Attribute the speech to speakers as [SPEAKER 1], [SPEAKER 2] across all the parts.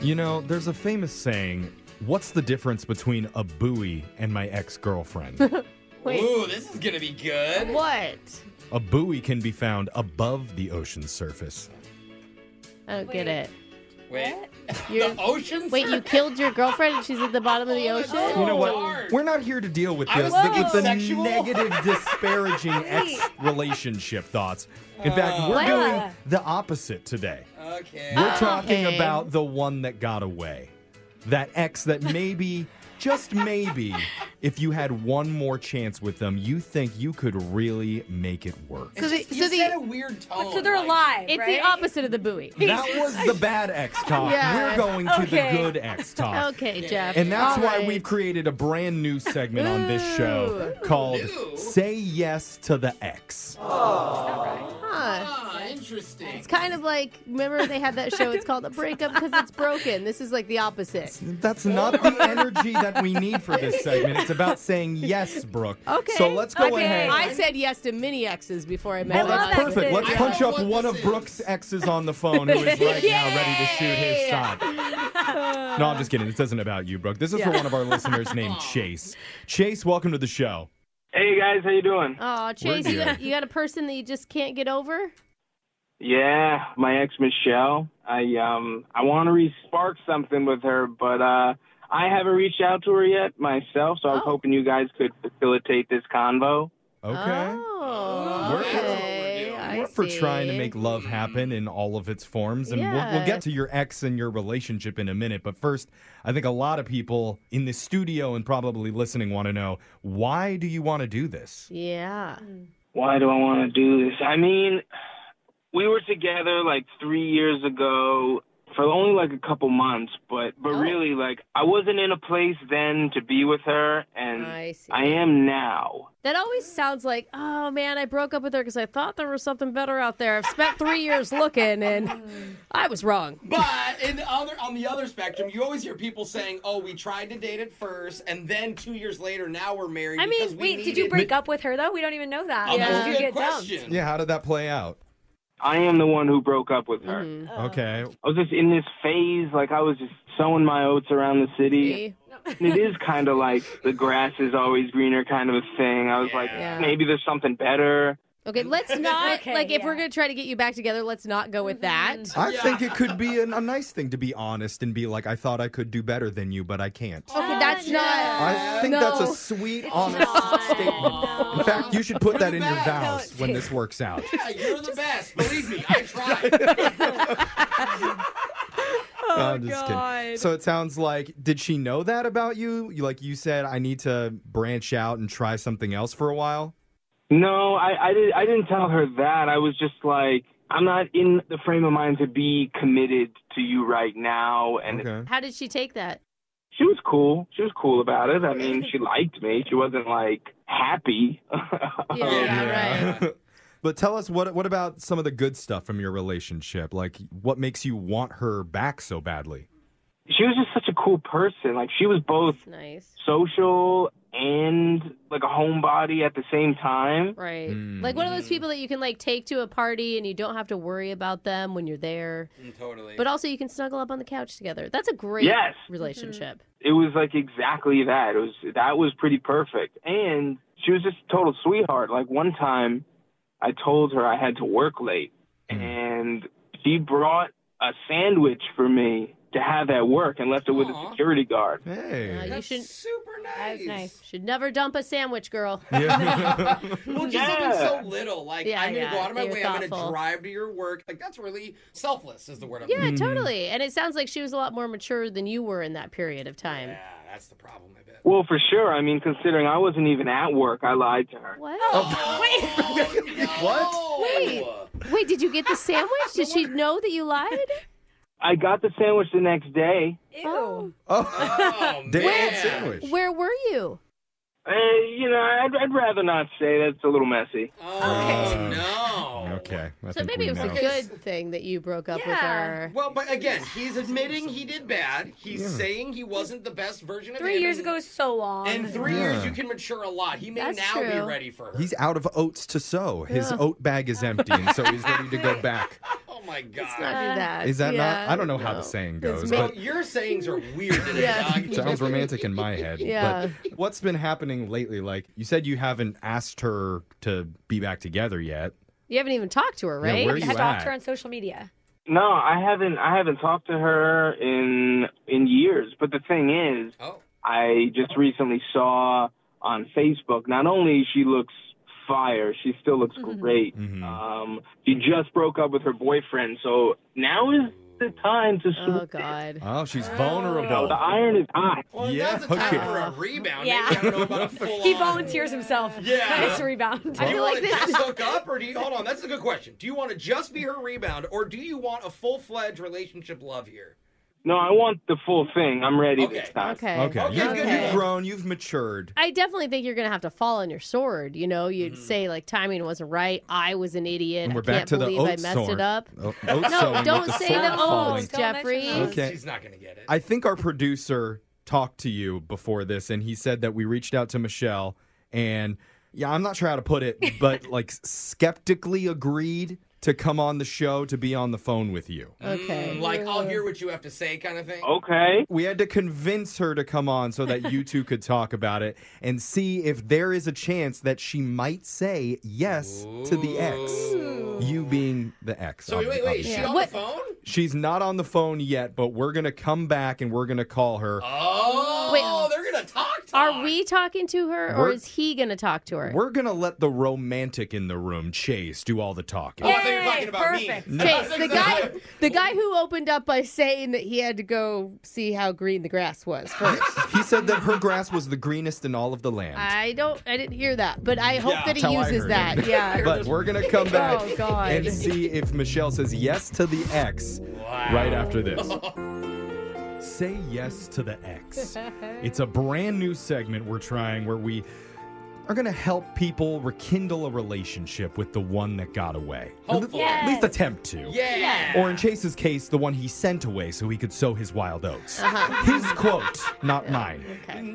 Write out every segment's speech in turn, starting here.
[SPEAKER 1] You know, there's a famous saying, what's the difference between a buoy and my ex-girlfriend?
[SPEAKER 2] Ooh, this is gonna be good.
[SPEAKER 3] What?
[SPEAKER 1] a buoy can be found above the ocean surface.
[SPEAKER 3] I don't get it.
[SPEAKER 2] Wait,
[SPEAKER 3] You're-
[SPEAKER 2] the ocean.
[SPEAKER 3] Wait, you killed your girlfriend and she's at the bottom of the ocean?
[SPEAKER 1] Oh, You know
[SPEAKER 2] Lord.
[SPEAKER 1] what? We're not here to deal with
[SPEAKER 2] Oh, I
[SPEAKER 1] this
[SPEAKER 2] was
[SPEAKER 1] with the
[SPEAKER 2] thinking sexual.
[SPEAKER 1] negative, disparaging ex relationship thoughts. In
[SPEAKER 2] Oh.
[SPEAKER 1] fact, we're doing the opposite today.
[SPEAKER 2] Okay.
[SPEAKER 1] We're talking
[SPEAKER 3] Okay.
[SPEAKER 1] about the one that got away. That ex that maybe, just maybe, if you had one more chance with them, you think you could really make it work.
[SPEAKER 4] So the,
[SPEAKER 2] You
[SPEAKER 4] so
[SPEAKER 2] said
[SPEAKER 4] the
[SPEAKER 2] a weird tone.
[SPEAKER 5] So they're
[SPEAKER 2] like-
[SPEAKER 5] alive.
[SPEAKER 3] It's
[SPEAKER 5] right?
[SPEAKER 3] the opposite of the buoy.
[SPEAKER 1] That was the bad ex talk. We're going to
[SPEAKER 5] Okay.
[SPEAKER 1] the good ex talk.
[SPEAKER 3] Okay, Jeff.
[SPEAKER 1] And that's
[SPEAKER 3] All
[SPEAKER 1] why
[SPEAKER 3] right.
[SPEAKER 1] we've created a brand new segment on this show called Say Yes to the Ex.
[SPEAKER 2] Ah, interesting.
[SPEAKER 3] It's kind of like remember they had that show. It's called a breakup because it's broken. This is like the opposite.
[SPEAKER 1] That's not the energy that we need for this segment. It's about saying yes, Brooke. Okay. So let's go
[SPEAKER 3] I,
[SPEAKER 1] ahead.
[SPEAKER 3] I said yes to many exes before I met.
[SPEAKER 1] well,
[SPEAKER 3] my
[SPEAKER 1] that's
[SPEAKER 3] husband.
[SPEAKER 1] perfect. Let's
[SPEAKER 2] I
[SPEAKER 1] punch
[SPEAKER 2] know
[SPEAKER 1] up
[SPEAKER 2] what
[SPEAKER 1] one
[SPEAKER 2] this
[SPEAKER 1] of Brooke's exes on the phone who is right now ready to shoot his shot. No, I'm just kidding. This isn't about you, Brooke. This is for one of our listeners named Chase. Chase, welcome to the show.
[SPEAKER 6] Hey guys, how you doing?
[SPEAKER 3] Oh, Chase,
[SPEAKER 1] We're
[SPEAKER 3] you got,
[SPEAKER 1] here.
[SPEAKER 3] you got a person that you just can't get over?
[SPEAKER 6] Yeah, my ex Michelle. I um I want to re-spark something with her, but uh I haven't reached out to her yet myself, so I was
[SPEAKER 3] Oh.
[SPEAKER 6] hoping you guys could facilitate this convo.
[SPEAKER 1] Okay.
[SPEAKER 3] Oh,
[SPEAKER 1] We're-
[SPEAKER 3] okay. I
[SPEAKER 1] We're for trying to
[SPEAKER 3] see.
[SPEAKER 1] make love happen in all of its forms. And we'll,
[SPEAKER 3] Yeah.
[SPEAKER 1] we'll get to your ex and your relationship in a minute. But first, I think a lot of people in the studio and probably listening want to know why do you want to do this?
[SPEAKER 3] Yeah.
[SPEAKER 6] Why do I want to do this? I mean, we were together like 3 years ago for only like a couple months, but but
[SPEAKER 3] Oh.
[SPEAKER 6] really like I wasn't in a place then to be with her and
[SPEAKER 3] I see.
[SPEAKER 6] I am now.
[SPEAKER 3] That always sounds like, oh man, I broke up with her because I thought there was something better out there. I've spent three years looking and I was wrong.
[SPEAKER 2] But in the other, on the other spectrum, you always hear people saying, "Oh, we tried to date at first, and then two years later, now we're married."
[SPEAKER 3] I mean,
[SPEAKER 2] because we
[SPEAKER 5] Wait, did you
[SPEAKER 2] needed-"
[SPEAKER 5] break up with her though? We don't even know that.
[SPEAKER 2] Oh, that's a
[SPEAKER 5] Did
[SPEAKER 2] good
[SPEAKER 5] you get dumped?
[SPEAKER 2] question.
[SPEAKER 1] Yeah, how did that play out?
[SPEAKER 6] I am the one who broke up with her.
[SPEAKER 3] Oh.
[SPEAKER 1] Okay.
[SPEAKER 6] I was just in this phase, like I was just sowing my oats around the city. And it is kind of like the grass is always greener kind of a thing. I was like,
[SPEAKER 3] Yeah.
[SPEAKER 6] maybe there's something better.
[SPEAKER 3] Okay, Mm-hmm. let's not,
[SPEAKER 5] Okay,
[SPEAKER 3] like, if we're
[SPEAKER 5] yeah.
[SPEAKER 3] going to try to get you back together, let's not go with that.
[SPEAKER 1] I think it could be an, a nice thing to be honest and be like, I thought I could do better than you, but I can't.
[SPEAKER 3] Okay, that's not.
[SPEAKER 1] I think
[SPEAKER 3] No.
[SPEAKER 1] that's a sweet, honest statement. In fact, you should put that in your
[SPEAKER 2] back.
[SPEAKER 1] vows when this works out.
[SPEAKER 2] Yeah, you're the best. Believe me, I tried.
[SPEAKER 1] I'm just kidding.
[SPEAKER 5] God.
[SPEAKER 1] So it sounds like, did she know that about you? You- Like you said, I need to branch out and try something else for a while.
[SPEAKER 6] No, I, I, did, I didn't tell her that. I was just like, I'm not in the frame of mind to be committed to you right now. And
[SPEAKER 1] Okay.
[SPEAKER 3] How did she take that?
[SPEAKER 6] she was cool. She was cool about it. I mean, she liked me. She wasn't like happy.
[SPEAKER 1] Oh,
[SPEAKER 3] Yeah,
[SPEAKER 2] Yeah.
[SPEAKER 3] right.
[SPEAKER 1] but tell us what what about some of the good stuff from your relationship? Like, what makes you want her back so badly?
[SPEAKER 6] she was just such a cool person. Like, she was both
[SPEAKER 3] Nice.
[SPEAKER 6] social and like a homebody at the same time.
[SPEAKER 3] Right.
[SPEAKER 1] Mm.
[SPEAKER 3] Like one of those people that you can like take to a party and you don't have to worry about them when you're there.
[SPEAKER 2] Mm, Totally.
[SPEAKER 3] But also you can snuggle up on the couch together. That's a great
[SPEAKER 6] Yes.
[SPEAKER 3] relationship.
[SPEAKER 6] it was like exactly that. It was that was pretty perfect. And she was just a total sweetheart. Like one time I told her I had to work late and she brought a sandwich for me to have at work and left it with
[SPEAKER 2] Aw.
[SPEAKER 6] a security guard.
[SPEAKER 3] Uh,
[SPEAKER 1] Hey.
[SPEAKER 3] you
[SPEAKER 2] That's
[SPEAKER 3] should
[SPEAKER 2] super nice.
[SPEAKER 5] That was nice.
[SPEAKER 3] should never dump a sandwich, girl.
[SPEAKER 1] Yeah.
[SPEAKER 2] Well, just
[SPEAKER 6] Yeah.
[SPEAKER 2] even so little. Like,
[SPEAKER 3] Yeah,
[SPEAKER 2] I'm going to
[SPEAKER 3] yeah,
[SPEAKER 2] go out of my
[SPEAKER 3] that you're
[SPEAKER 2] way. I'm going
[SPEAKER 3] thoughtful.
[SPEAKER 2] to drive to your work. Like, that's really selfless, is the word I'm
[SPEAKER 3] Yeah,
[SPEAKER 2] looking
[SPEAKER 1] Mm-hmm.
[SPEAKER 3] totally. And it sounds like she was a lot more mature than you were in that period of
[SPEAKER 2] for.
[SPEAKER 3] time.
[SPEAKER 2] Yeah, that's the problem, I bet.
[SPEAKER 6] Well, for sure. I mean, considering I wasn't even at work, I lied to her.
[SPEAKER 3] What?
[SPEAKER 2] Wait.
[SPEAKER 3] What? Wait, did you get the sandwich? Did she know that you lied?
[SPEAKER 6] I got the sandwich the next day.
[SPEAKER 5] Ew.
[SPEAKER 3] Oh.
[SPEAKER 1] oh,
[SPEAKER 2] Oh,
[SPEAKER 1] Dad
[SPEAKER 2] man.
[SPEAKER 1] sandwich.
[SPEAKER 3] Where were you?
[SPEAKER 6] Uh, you know, I'd, I'd rather not say. That's a little messy.
[SPEAKER 2] Oh, no.
[SPEAKER 1] Okay. I
[SPEAKER 3] So
[SPEAKER 1] think
[SPEAKER 3] maybe
[SPEAKER 1] we
[SPEAKER 3] it was
[SPEAKER 1] know.
[SPEAKER 3] a good thing that you broke up with
[SPEAKER 5] Yeah.
[SPEAKER 3] her.
[SPEAKER 2] Well, but again, he's admitting he did bad. He's saying he wasn't the best version of
[SPEAKER 5] Three
[SPEAKER 2] him.
[SPEAKER 5] years
[SPEAKER 2] and-
[SPEAKER 5] ago is so long.
[SPEAKER 2] And three years,
[SPEAKER 1] Yeah.
[SPEAKER 2] you can mature a lot. He may
[SPEAKER 3] That's
[SPEAKER 2] now be
[SPEAKER 3] true.
[SPEAKER 2] ready for her.
[SPEAKER 1] He's out of oats to sow. His
[SPEAKER 3] Yeah.
[SPEAKER 1] oat bag is empty, and so he's ready to go back.
[SPEAKER 2] oh my god.
[SPEAKER 3] Let's not do that.
[SPEAKER 1] Is that
[SPEAKER 3] Yeah,
[SPEAKER 1] not? I don't know how the
[SPEAKER 3] no.
[SPEAKER 1] saying
[SPEAKER 3] It's
[SPEAKER 1] goes,
[SPEAKER 3] ma-
[SPEAKER 2] Bro,
[SPEAKER 1] but
[SPEAKER 2] your sayings are weird today,
[SPEAKER 3] Yeah.
[SPEAKER 2] dog.
[SPEAKER 1] sounds romantic in my head.
[SPEAKER 3] Yeah.
[SPEAKER 1] But what's been happening lately? Like you said, you haven't asked her to be back together yet.
[SPEAKER 3] You haven't even talked to her,
[SPEAKER 1] Yeah,
[SPEAKER 3] right?
[SPEAKER 1] where are
[SPEAKER 5] I
[SPEAKER 1] you
[SPEAKER 5] stalked
[SPEAKER 1] at?
[SPEAKER 5] her on social media.
[SPEAKER 6] No, I haven't. I haven't talked to her in in years. But the thing is,
[SPEAKER 2] Oh.
[SPEAKER 6] I just recently saw on Facebook. Not only she looks fire, she still looks great.
[SPEAKER 1] Mhm.
[SPEAKER 6] Um, she just broke up with her boyfriend, so now is the time to.
[SPEAKER 3] Oh
[SPEAKER 6] Sw-
[SPEAKER 3] God.
[SPEAKER 1] Oh, she's
[SPEAKER 6] the
[SPEAKER 1] vulnerable.
[SPEAKER 6] iron is hot.
[SPEAKER 2] Well,
[SPEAKER 1] Yeah,
[SPEAKER 2] that's a time
[SPEAKER 1] okay.
[SPEAKER 2] for a rebound.
[SPEAKER 5] Yeah.
[SPEAKER 2] Maybe I don't know about a full
[SPEAKER 5] He volunteers himself.
[SPEAKER 2] Yeah.
[SPEAKER 5] That is a rebound.
[SPEAKER 2] Do you
[SPEAKER 3] like
[SPEAKER 2] want to just hook up, or do you? Hold on, that's a good question. Do you want to just be her rebound, or do you want a full fledged relationship love here?
[SPEAKER 6] No, I want the full thing. I'm ready
[SPEAKER 2] Okay.
[SPEAKER 6] this time.
[SPEAKER 3] Okay.
[SPEAKER 1] Okay,
[SPEAKER 2] Okay,
[SPEAKER 1] You've,
[SPEAKER 3] good.
[SPEAKER 1] you've grown. You've matured.
[SPEAKER 3] I definitely think you're gonna have to fall on your sword. You know, you'd say like timing wasn't right. I was an idiot.
[SPEAKER 1] And we're
[SPEAKER 3] I
[SPEAKER 1] back
[SPEAKER 3] can't
[SPEAKER 1] to the
[SPEAKER 3] believe
[SPEAKER 1] oat
[SPEAKER 3] I messed
[SPEAKER 1] sowing.
[SPEAKER 3] it up.
[SPEAKER 1] O- oat sowing
[SPEAKER 3] No,
[SPEAKER 1] with
[SPEAKER 3] don't
[SPEAKER 1] the
[SPEAKER 3] say
[SPEAKER 1] sword
[SPEAKER 3] the
[SPEAKER 1] falling.
[SPEAKER 3] oats,
[SPEAKER 5] Don't mention
[SPEAKER 3] Jeffrey.
[SPEAKER 5] those.
[SPEAKER 1] Okay.
[SPEAKER 2] She's not going to get it.
[SPEAKER 1] I think our producer talked to you before this, and he said that we reached out to Michelle, and yeah, I'm not sure how to put it, but like skeptically agreed to come on the show to be on the phone with you.
[SPEAKER 3] Okay.
[SPEAKER 2] Mm,
[SPEAKER 1] Mm.
[SPEAKER 2] like I'll hear what you have to say, kind of thing.
[SPEAKER 6] Okay.
[SPEAKER 1] We had to convince her to come on so that you two could talk about it and see if there is a chance that she might say yes to the ex. You being the ex.
[SPEAKER 2] So wait, wait, wait. Is
[SPEAKER 1] obviously.
[SPEAKER 2] she on
[SPEAKER 3] What-
[SPEAKER 2] the phone?
[SPEAKER 1] She's not on the phone yet, but we're going to come back and we're going to call her.
[SPEAKER 2] Oh,
[SPEAKER 3] Wait.
[SPEAKER 2] they're going to talk.
[SPEAKER 3] Are
[SPEAKER 2] talk.
[SPEAKER 3] we talking to her, or
[SPEAKER 1] We're-
[SPEAKER 3] is he gonna talk to her?
[SPEAKER 1] We're going to let the romantic in the room, Chase, do all the talking.
[SPEAKER 2] Oh, I thought you were talking
[SPEAKER 5] Yay,
[SPEAKER 2] about
[SPEAKER 5] perfect.
[SPEAKER 2] me.
[SPEAKER 3] Chase, the guy, the guy who opened up by saying that he had to go see how green the grass was first.
[SPEAKER 1] He said that her grass was the greenest in all of the land.
[SPEAKER 3] I don't, I didn't hear that, but I hope
[SPEAKER 2] Yeah,
[SPEAKER 3] that he
[SPEAKER 1] that's how I
[SPEAKER 3] uses
[SPEAKER 1] heard
[SPEAKER 3] that.
[SPEAKER 1] it.
[SPEAKER 3] Yeah.
[SPEAKER 1] but we're going to come back
[SPEAKER 3] Oh, God.
[SPEAKER 1] and see if Michelle says yes to the ex
[SPEAKER 2] Wow.
[SPEAKER 1] right after this. Say yes to the ex. It's a brand new segment we're trying where we are going to help people rekindle a relationship with the one that got away.
[SPEAKER 2] Hopefully.
[SPEAKER 1] At least attempt to.
[SPEAKER 2] Yeah.
[SPEAKER 1] Or in Chase's case, the one he sent away so he could sow his wild oats.
[SPEAKER 3] Uh-huh.
[SPEAKER 1] His quote, not mine.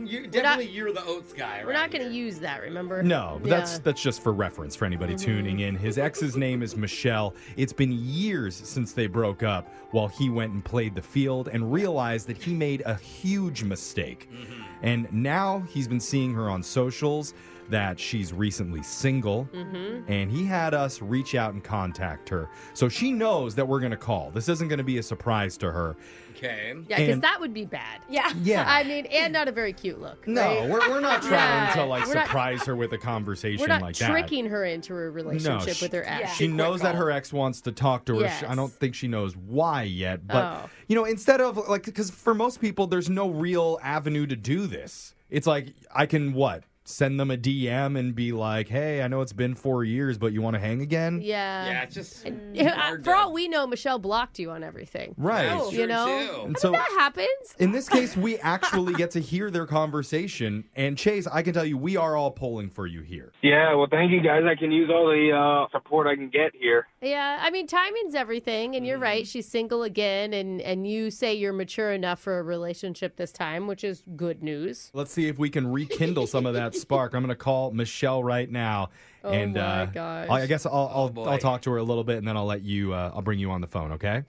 [SPEAKER 2] You, definitely, you're the oats guy.
[SPEAKER 3] We're not going to use that, remember?
[SPEAKER 1] No, but that's
[SPEAKER 3] Yeah. Mm-hmm.
[SPEAKER 1] that's just for reference for anybody tuning in. His ex's name is Michelle. It's been years since they broke up while he went and played the field and realized that he made a huge mistake.
[SPEAKER 3] Mm-hmm.
[SPEAKER 1] And now he's been seeing her on socials that she's recently single
[SPEAKER 3] Mm-hmm.
[SPEAKER 1] and he had us reach out and contact her. So she knows that we're going to call. This isn't going to be a surprise to her.
[SPEAKER 2] Okay.
[SPEAKER 3] Yeah, because
[SPEAKER 1] and-
[SPEAKER 3] that would be bad.
[SPEAKER 5] Yeah.
[SPEAKER 1] Yeah.
[SPEAKER 3] I mean, and not a very cute look.
[SPEAKER 1] no,
[SPEAKER 3] right?
[SPEAKER 1] we're, we're not trying
[SPEAKER 3] Yeah.
[SPEAKER 1] to like
[SPEAKER 3] We're not-
[SPEAKER 1] surprise her with a conversation
[SPEAKER 3] We're not
[SPEAKER 1] like that.
[SPEAKER 3] tricking her into a relationship
[SPEAKER 1] she-
[SPEAKER 3] with her ex.
[SPEAKER 1] She knows that her ex wants to talk to her. She- I
[SPEAKER 3] Yes.
[SPEAKER 1] don't think she knows why yet, but
[SPEAKER 3] Oh.
[SPEAKER 1] you you know, instead of like, because for most people, there's no real avenue to do this. It's like, I can what? Send them a DM and be like, hey, I know it's been four years, but you want to hang again?
[SPEAKER 3] Yeah.
[SPEAKER 2] Yeah, it's just
[SPEAKER 3] Yeah,
[SPEAKER 2] hard
[SPEAKER 3] For
[SPEAKER 2] to-
[SPEAKER 3] all we know, Michelle blocked you on everything.
[SPEAKER 1] Right.
[SPEAKER 2] That's
[SPEAKER 3] You
[SPEAKER 2] true,
[SPEAKER 3] know?
[SPEAKER 2] too.
[SPEAKER 1] And so
[SPEAKER 3] That happens.
[SPEAKER 1] in this case, we actually get to hear their conversation. And Chase, I can tell you, we are all pulling for you here.
[SPEAKER 6] Yeah, well, thank you guys. I can use all the uh, support I can get here.
[SPEAKER 3] Yeah, I mean, timing's everything, and you're
[SPEAKER 2] Mm.
[SPEAKER 3] right. She's single again, and and you say you're mature enough for a relationship this time, which is good news.
[SPEAKER 1] Let's see if we can rekindle some of that spark. I'm going to call Michelle right now,
[SPEAKER 3] Oh
[SPEAKER 1] and
[SPEAKER 3] my
[SPEAKER 1] uh,
[SPEAKER 3] gosh.
[SPEAKER 1] I I guess I'll I'll,
[SPEAKER 2] boy.
[SPEAKER 1] I'll talk to her a little bit, and then I'll let you. Uh, I'll bring you on the phone. Okay.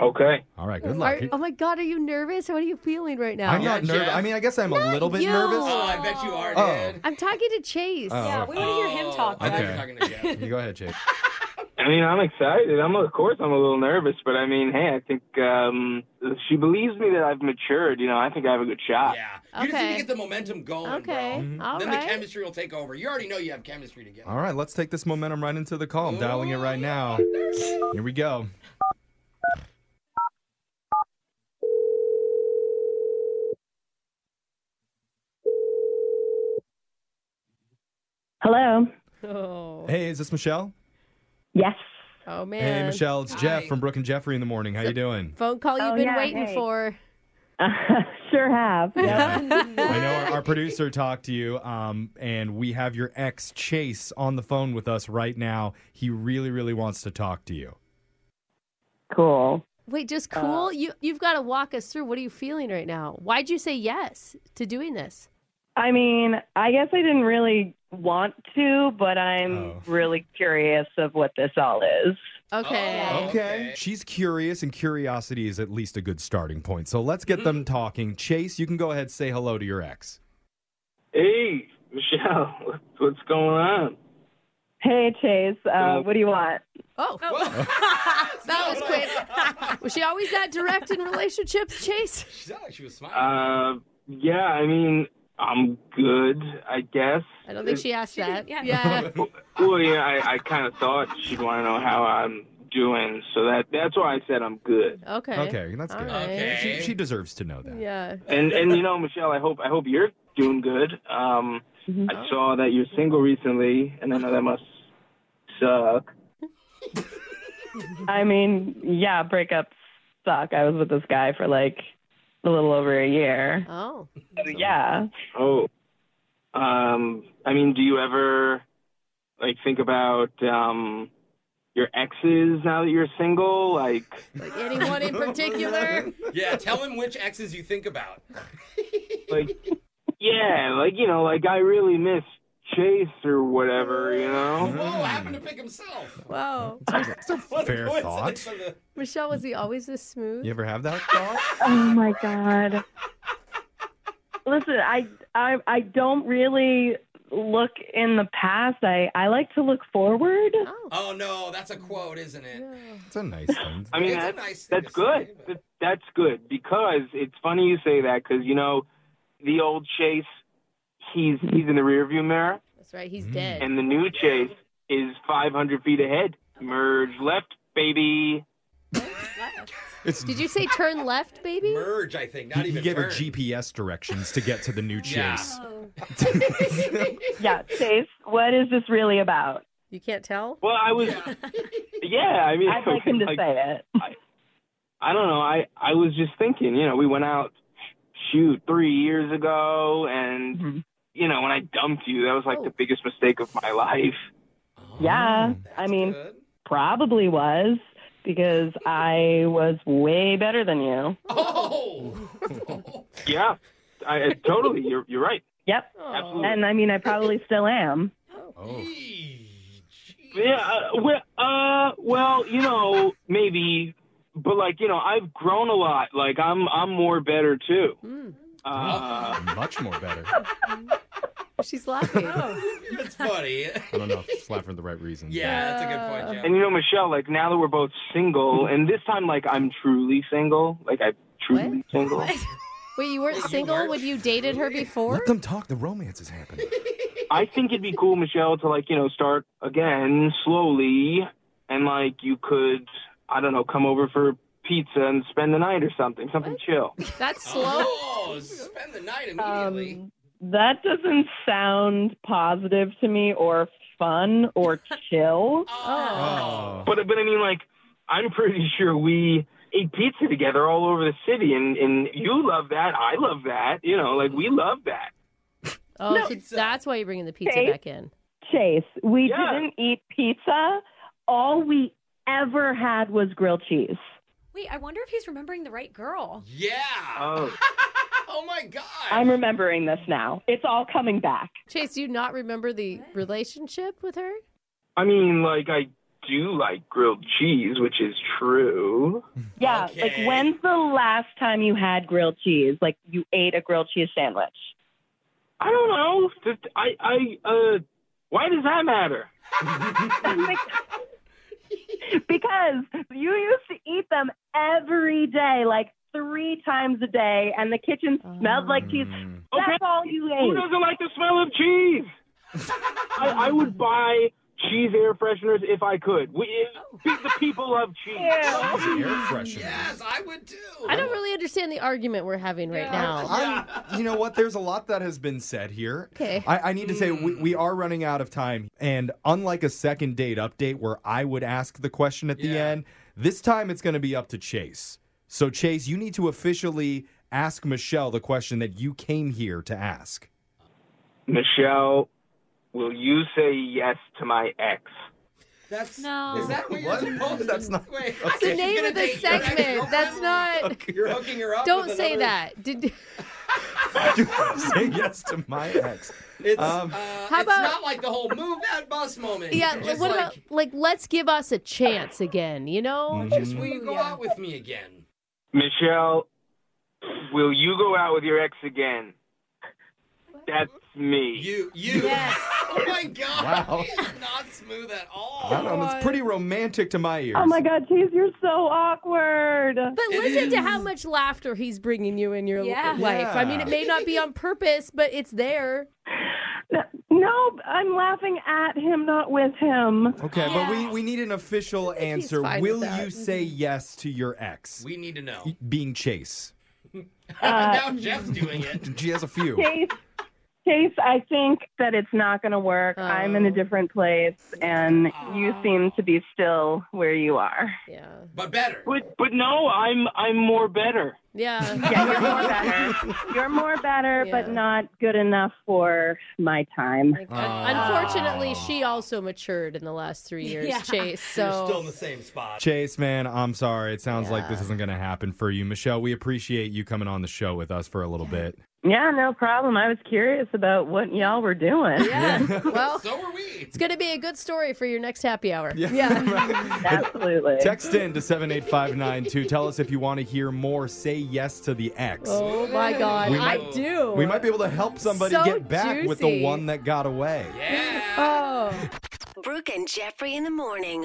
[SPEAKER 6] Okay.
[SPEAKER 1] All right. Good
[SPEAKER 3] Are-
[SPEAKER 1] luck.
[SPEAKER 3] oh my God, are you nervous? What are you feeling right now?
[SPEAKER 1] I'm not
[SPEAKER 2] Yeah,
[SPEAKER 1] nervous.
[SPEAKER 2] Jeff.
[SPEAKER 1] I mean, I guess I'm a little bit
[SPEAKER 3] you.
[SPEAKER 2] Oh,
[SPEAKER 1] nervous.
[SPEAKER 2] I bet you are,
[SPEAKER 1] Oh.
[SPEAKER 2] dude.
[SPEAKER 3] I'm talking to Chase.
[SPEAKER 5] Yeah, we want to hear him talk.
[SPEAKER 2] I thought you
[SPEAKER 1] okay.
[SPEAKER 2] were talking to Jeff.
[SPEAKER 1] You go ahead, Chase.
[SPEAKER 6] I mean, I'm excited. I'm of course I'm a little nervous, but I mean, hey, I think um, she believes me that I've matured. You know, I think I have a good shot.
[SPEAKER 2] Yeah. You just need
[SPEAKER 3] Okay.
[SPEAKER 2] to get the momentum going,
[SPEAKER 3] Oh, Okay,
[SPEAKER 1] Mm-hmm.
[SPEAKER 2] bro.
[SPEAKER 3] all
[SPEAKER 2] Oh, then
[SPEAKER 3] right.
[SPEAKER 2] the chemistry will take over. You already know you have chemistry together.
[SPEAKER 1] All right. Let's take this momentum right into the call. I'm dialing it right now. Here we go.
[SPEAKER 4] Hello.
[SPEAKER 3] Oh,
[SPEAKER 1] Hey, is this Michelle?
[SPEAKER 4] Yes.
[SPEAKER 3] oh man.
[SPEAKER 1] Hey, Michelle. It's Jeff
[SPEAKER 2] Hi.
[SPEAKER 1] from Brooke and Jeffrey in the morning. How you doing?
[SPEAKER 3] Phone call you've
[SPEAKER 4] Oh,
[SPEAKER 3] been
[SPEAKER 4] yeah,
[SPEAKER 3] waiting
[SPEAKER 4] hey.
[SPEAKER 3] for.
[SPEAKER 4] sure have.
[SPEAKER 1] Yeah. I know our, our producer talked to you, um, and we have your ex Chase on the phone with us right now. He really, really wants to talk to you.
[SPEAKER 4] Cool.
[SPEAKER 3] Wait, just
[SPEAKER 4] Uh.
[SPEAKER 3] cool. you you've got to walk us through. What are you feeling right now? Why'd you say yes to doing this?
[SPEAKER 4] I mean, I guess I didn't really want to, but I'm
[SPEAKER 1] Oh.
[SPEAKER 4] really curious of what this all is.
[SPEAKER 3] Okay.
[SPEAKER 2] Oh. Okay.
[SPEAKER 1] She's curious, and curiosity is at least a good starting point. So let's get them talking. Chase, you can go ahead say hello to your ex.
[SPEAKER 6] Hey, Michelle, what's, what's going on?
[SPEAKER 4] Hey, Chase, uh, what do you want?
[SPEAKER 3] Oh, that was quick. was she always that direct in relationships, Chase?
[SPEAKER 2] She sounded like she was smiling.
[SPEAKER 6] Uh, yeah, I mean, I'm good, I guess.
[SPEAKER 3] I don't think she asked that.
[SPEAKER 5] didn't-
[SPEAKER 3] yeah.
[SPEAKER 6] Well, yeah, I, I kind of thought she'd want to know how I'm doing, so that that's why I said I'm good.
[SPEAKER 3] Okay.
[SPEAKER 1] Okay, that's
[SPEAKER 3] All
[SPEAKER 1] good.
[SPEAKER 3] right.
[SPEAKER 2] Okay.
[SPEAKER 1] She, she deserves to know that.
[SPEAKER 3] Yeah.
[SPEAKER 6] And and you know, Michelle, I hope I hope you're doing good. Um, I saw that you're single recently, and I know that must suck.
[SPEAKER 4] I mean, yeah, breakups suck. I was with this guy for like a little over a year.
[SPEAKER 3] Oh.
[SPEAKER 4] So, yeah.
[SPEAKER 6] Oh, um, I mean, do you ever like think about um your exes now that you're single? Like,
[SPEAKER 3] Like anyone in particular?
[SPEAKER 2] yeah, tell him which exes you think about.
[SPEAKER 1] Mm.
[SPEAKER 6] like, yeah, like you know, like I really miss Chase or whatever, you know.
[SPEAKER 2] Whoa, happened to pick himself.
[SPEAKER 3] Wow.
[SPEAKER 2] What a
[SPEAKER 1] Fair
[SPEAKER 2] coincidence
[SPEAKER 1] thought.
[SPEAKER 2] of the-
[SPEAKER 3] Michelle, was he always this smooth?
[SPEAKER 1] You ever have that thought?
[SPEAKER 4] Oh my god. Listen, I I I don't really look in the past. I I like to look forward.
[SPEAKER 3] Oh.
[SPEAKER 2] Oh no, that's a quote, isn't it?
[SPEAKER 1] It's a nice thing.
[SPEAKER 6] I mean,
[SPEAKER 2] It's a
[SPEAKER 6] that-
[SPEAKER 2] nice thing
[SPEAKER 6] that's
[SPEAKER 2] to
[SPEAKER 6] good.
[SPEAKER 2] say, but-
[SPEAKER 6] That- That's good because it's funny you say that because you know the old Chase, he's he's in the rearview mirror,
[SPEAKER 3] That's right. He's dead.
[SPEAKER 6] and the new Chase is 500 feet ahead. Merge left, baby.
[SPEAKER 1] It's,
[SPEAKER 3] Did you say turn left, baby?
[SPEAKER 2] Merge, I think. Not
[SPEAKER 1] he, he
[SPEAKER 2] even
[SPEAKER 1] gave her
[SPEAKER 2] turn.
[SPEAKER 1] GPS directions to get to the new Chase.
[SPEAKER 2] Yeah.
[SPEAKER 7] Oh.
[SPEAKER 4] Yeah, Chase, what is this really about?
[SPEAKER 3] You can't tell?
[SPEAKER 6] Well, I was, yeah. I mean,
[SPEAKER 4] I'd like him to
[SPEAKER 6] like,
[SPEAKER 4] say it.
[SPEAKER 6] I don't know. I I was just thinking. You know, we went out, shoot, three years ago, and
[SPEAKER 4] Mhm.
[SPEAKER 6] you know, when I dumped you, that was like
[SPEAKER 3] Oh.
[SPEAKER 6] the biggest mistake of my life.
[SPEAKER 4] Yeah. I
[SPEAKER 2] Oh, That's
[SPEAKER 4] mean,
[SPEAKER 2] good.
[SPEAKER 4] probably was because I was way better than you.
[SPEAKER 2] Oh!
[SPEAKER 6] Yeah, I, I totally. You're you're right.
[SPEAKER 4] Yep.
[SPEAKER 3] Oh.
[SPEAKER 6] Absolutely.
[SPEAKER 4] And I mean, I probably still am.
[SPEAKER 1] Oh.
[SPEAKER 2] Eee, jeez.
[SPEAKER 6] Yeah, uh, well, uh, well, you know, maybe, but like, you know, I've grown a lot. Like, I'm, I'm more better too.
[SPEAKER 3] Mm.
[SPEAKER 6] Uh,
[SPEAKER 1] Oh. Much more better.
[SPEAKER 3] She's laughing.
[SPEAKER 2] That's funny.
[SPEAKER 1] I don't know if it's laughing for the right reason.
[SPEAKER 2] Yeah, that's a good
[SPEAKER 3] Uh,
[SPEAKER 2] point, Jeff.
[SPEAKER 6] and you know, Michelle, like now that we're both single, and this time, like, I'm truly single. Like, I'm truly single.
[SPEAKER 3] Wait, you weren't
[SPEAKER 2] You
[SPEAKER 3] single
[SPEAKER 2] weren't
[SPEAKER 3] when you dated her before?
[SPEAKER 1] Let them talk. The romance is happening.
[SPEAKER 6] I think it'd be cool, Michelle, to like, you know, start again slowly, and like, you could, I don't know, come over for pizza and spend the night or something, something chill.
[SPEAKER 3] That's slow. Um,
[SPEAKER 2] Oh, spend the night immediately.
[SPEAKER 4] That doesn't sound positive to me or fun or chill.
[SPEAKER 1] Oh.
[SPEAKER 6] But but I mean, like, I'm pretty sure we ate pizza together all over the city, and and you love that, I love that, you know, like we love that.
[SPEAKER 3] Oh, so that's why you're bringing the pizza
[SPEAKER 4] Okay.
[SPEAKER 3] back in.
[SPEAKER 4] Chase, we
[SPEAKER 6] Yeah.
[SPEAKER 4] didn't eat pizza. All we ever had was grilled cheese.
[SPEAKER 5] Wait, I wonder if he's remembering the right girl.
[SPEAKER 2] Yeah.
[SPEAKER 6] Oh.
[SPEAKER 2] oh my god.
[SPEAKER 4] I'm remembering this now. It's all coming back.
[SPEAKER 3] Chase, do you not remember the relationship with her?
[SPEAKER 6] I mean, like, I do like grilled cheese, which is true.
[SPEAKER 4] Yeah,
[SPEAKER 2] Okay.
[SPEAKER 4] like when's the last time you had grilled cheese? Like you ate a grilled cheese sandwich?
[SPEAKER 6] I don't know. Just- I I uh, why does that matter?
[SPEAKER 4] because you used to eat them every day, like three times a day, and the kitchen smelled like cheese. That's all you
[SPEAKER 6] Mm. Who
[SPEAKER 4] ate.
[SPEAKER 6] doesn't like the smell of cheese? I, I would buy cheese air fresheners if I could. We, it, the people love cheese.
[SPEAKER 1] Air freshener.
[SPEAKER 2] Yes, I would too.
[SPEAKER 3] I don't really understand the argument we're having right now.
[SPEAKER 1] I'm- you know what? There's a lot that has been said here.
[SPEAKER 3] Okay.
[SPEAKER 1] I, I need to say we, we
[SPEAKER 2] Mm.
[SPEAKER 1] are running out of time. And unlike a second date update where I would ask the question at the
[SPEAKER 2] Yeah.
[SPEAKER 1] end, this time it's going to be up to Chase. So, Chase, you need to officially ask Michelle the question that you came here to ask.
[SPEAKER 6] Michelle, will you say yes to my ex?
[SPEAKER 2] That's
[SPEAKER 5] No.
[SPEAKER 2] Is that what you're
[SPEAKER 1] What?
[SPEAKER 2] supposed to?
[SPEAKER 1] That's not-
[SPEAKER 2] Wait,
[SPEAKER 3] That's the name of the segment. That's not.
[SPEAKER 2] You're hooking her up.
[SPEAKER 3] Don't
[SPEAKER 2] with
[SPEAKER 3] say
[SPEAKER 2] another-
[SPEAKER 3] that. Did
[SPEAKER 1] say yes to my ex.
[SPEAKER 2] It's,
[SPEAKER 1] Um,
[SPEAKER 2] uh,
[SPEAKER 3] How
[SPEAKER 2] it's
[SPEAKER 3] about-
[SPEAKER 2] not like the whole move that bus moment.
[SPEAKER 3] yeah?
[SPEAKER 2] It's
[SPEAKER 3] What
[SPEAKER 2] just
[SPEAKER 3] about
[SPEAKER 2] like, Mm-hmm.
[SPEAKER 3] like? Let's give us a chance again. You know?
[SPEAKER 2] Just will you go
[SPEAKER 5] Yeah.
[SPEAKER 2] out with me again?
[SPEAKER 6] Michelle, will you go out with your ex again? That's me.
[SPEAKER 2] You, you.
[SPEAKER 5] Yes.
[SPEAKER 2] oh my god.
[SPEAKER 1] Wow.
[SPEAKER 2] He's not smooth at all.
[SPEAKER 1] I don't know. It's pretty romantic to my ears.
[SPEAKER 4] Oh my God, Chase, you're so awkward.
[SPEAKER 3] But listen to how much laughter he's bringing you in your
[SPEAKER 5] Yeah.
[SPEAKER 3] life. I mean, it
[SPEAKER 1] Yeah.
[SPEAKER 3] may not be on purpose, but it's there.
[SPEAKER 4] No, I'm laughing at him, not with him.
[SPEAKER 1] Okay, but we, we need an official answer.
[SPEAKER 3] fine
[SPEAKER 1] Will
[SPEAKER 3] with that. mm-hmm.
[SPEAKER 1] you say yes to your ex
[SPEAKER 2] We need to know.
[SPEAKER 1] being Chase?
[SPEAKER 2] now Jeff's doing it.
[SPEAKER 1] She has a few.
[SPEAKER 4] Chase, Chase, I think that it's not going to work. I'm
[SPEAKER 3] Oh.
[SPEAKER 4] in a different place, and you seem to be still where you are.
[SPEAKER 3] Yeah.
[SPEAKER 2] But better.
[SPEAKER 6] But but no, I'm I'm more better.
[SPEAKER 3] Yeah.
[SPEAKER 4] Yeah, you're more better. You're more better, but
[SPEAKER 3] Yeah.
[SPEAKER 4] not good enough for my time.
[SPEAKER 3] Like, un- Unfortunately, she also matured in the last three years,
[SPEAKER 5] Yeah.
[SPEAKER 3] Chase.
[SPEAKER 2] You're still in
[SPEAKER 3] So
[SPEAKER 2] the same spot.
[SPEAKER 1] Chase, man, I'm sorry. It sounds like this isn't going to happen for you. Michelle, we appreciate you coming on the show with us for a little bit.
[SPEAKER 4] Yeah, no problem. I was curious about what y'all were doing.
[SPEAKER 3] yeah. Well,
[SPEAKER 2] So are we.
[SPEAKER 3] it's gonna be a good story for your next happy hour.
[SPEAKER 4] Absolutely.
[SPEAKER 1] Text in to 78592. Tell us if you want to hear more Say Yes to the Ex.
[SPEAKER 3] Oh my God,
[SPEAKER 1] We
[SPEAKER 3] I
[SPEAKER 1] might-
[SPEAKER 3] do.
[SPEAKER 1] We might be able to help somebody
[SPEAKER 3] So
[SPEAKER 1] get back with the
[SPEAKER 3] juicy.
[SPEAKER 1] one that got away.
[SPEAKER 2] Yeah.
[SPEAKER 3] Oh.
[SPEAKER 8] Brooke and Jeffrey in the morning.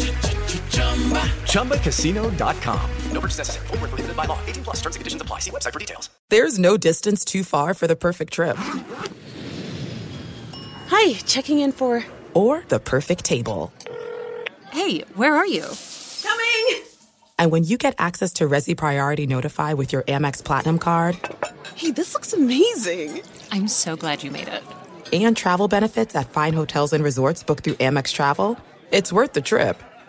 [SPEAKER 9] ChumbaCasino.com. No purchase necessary. Void where prohibited by law. 18 plus terms and conditions apply. See website for details.
[SPEAKER 10] There's no distance too far for the perfect trip
[SPEAKER 7] Hi, checking in for.
[SPEAKER 10] or the perfect table.
[SPEAKER 7] Hey,
[SPEAKER 11] Hey, where are you?
[SPEAKER 12] Coming!
[SPEAKER 4] And when you get access to Resi Priority Notify with your Amex Platinum card,
[SPEAKER 11] Hey, this looks amazing. I'm so glad you made it.
[SPEAKER 4] and travel benefits at fine hotels and resorts booked through Amex Travel, it's worth the trip.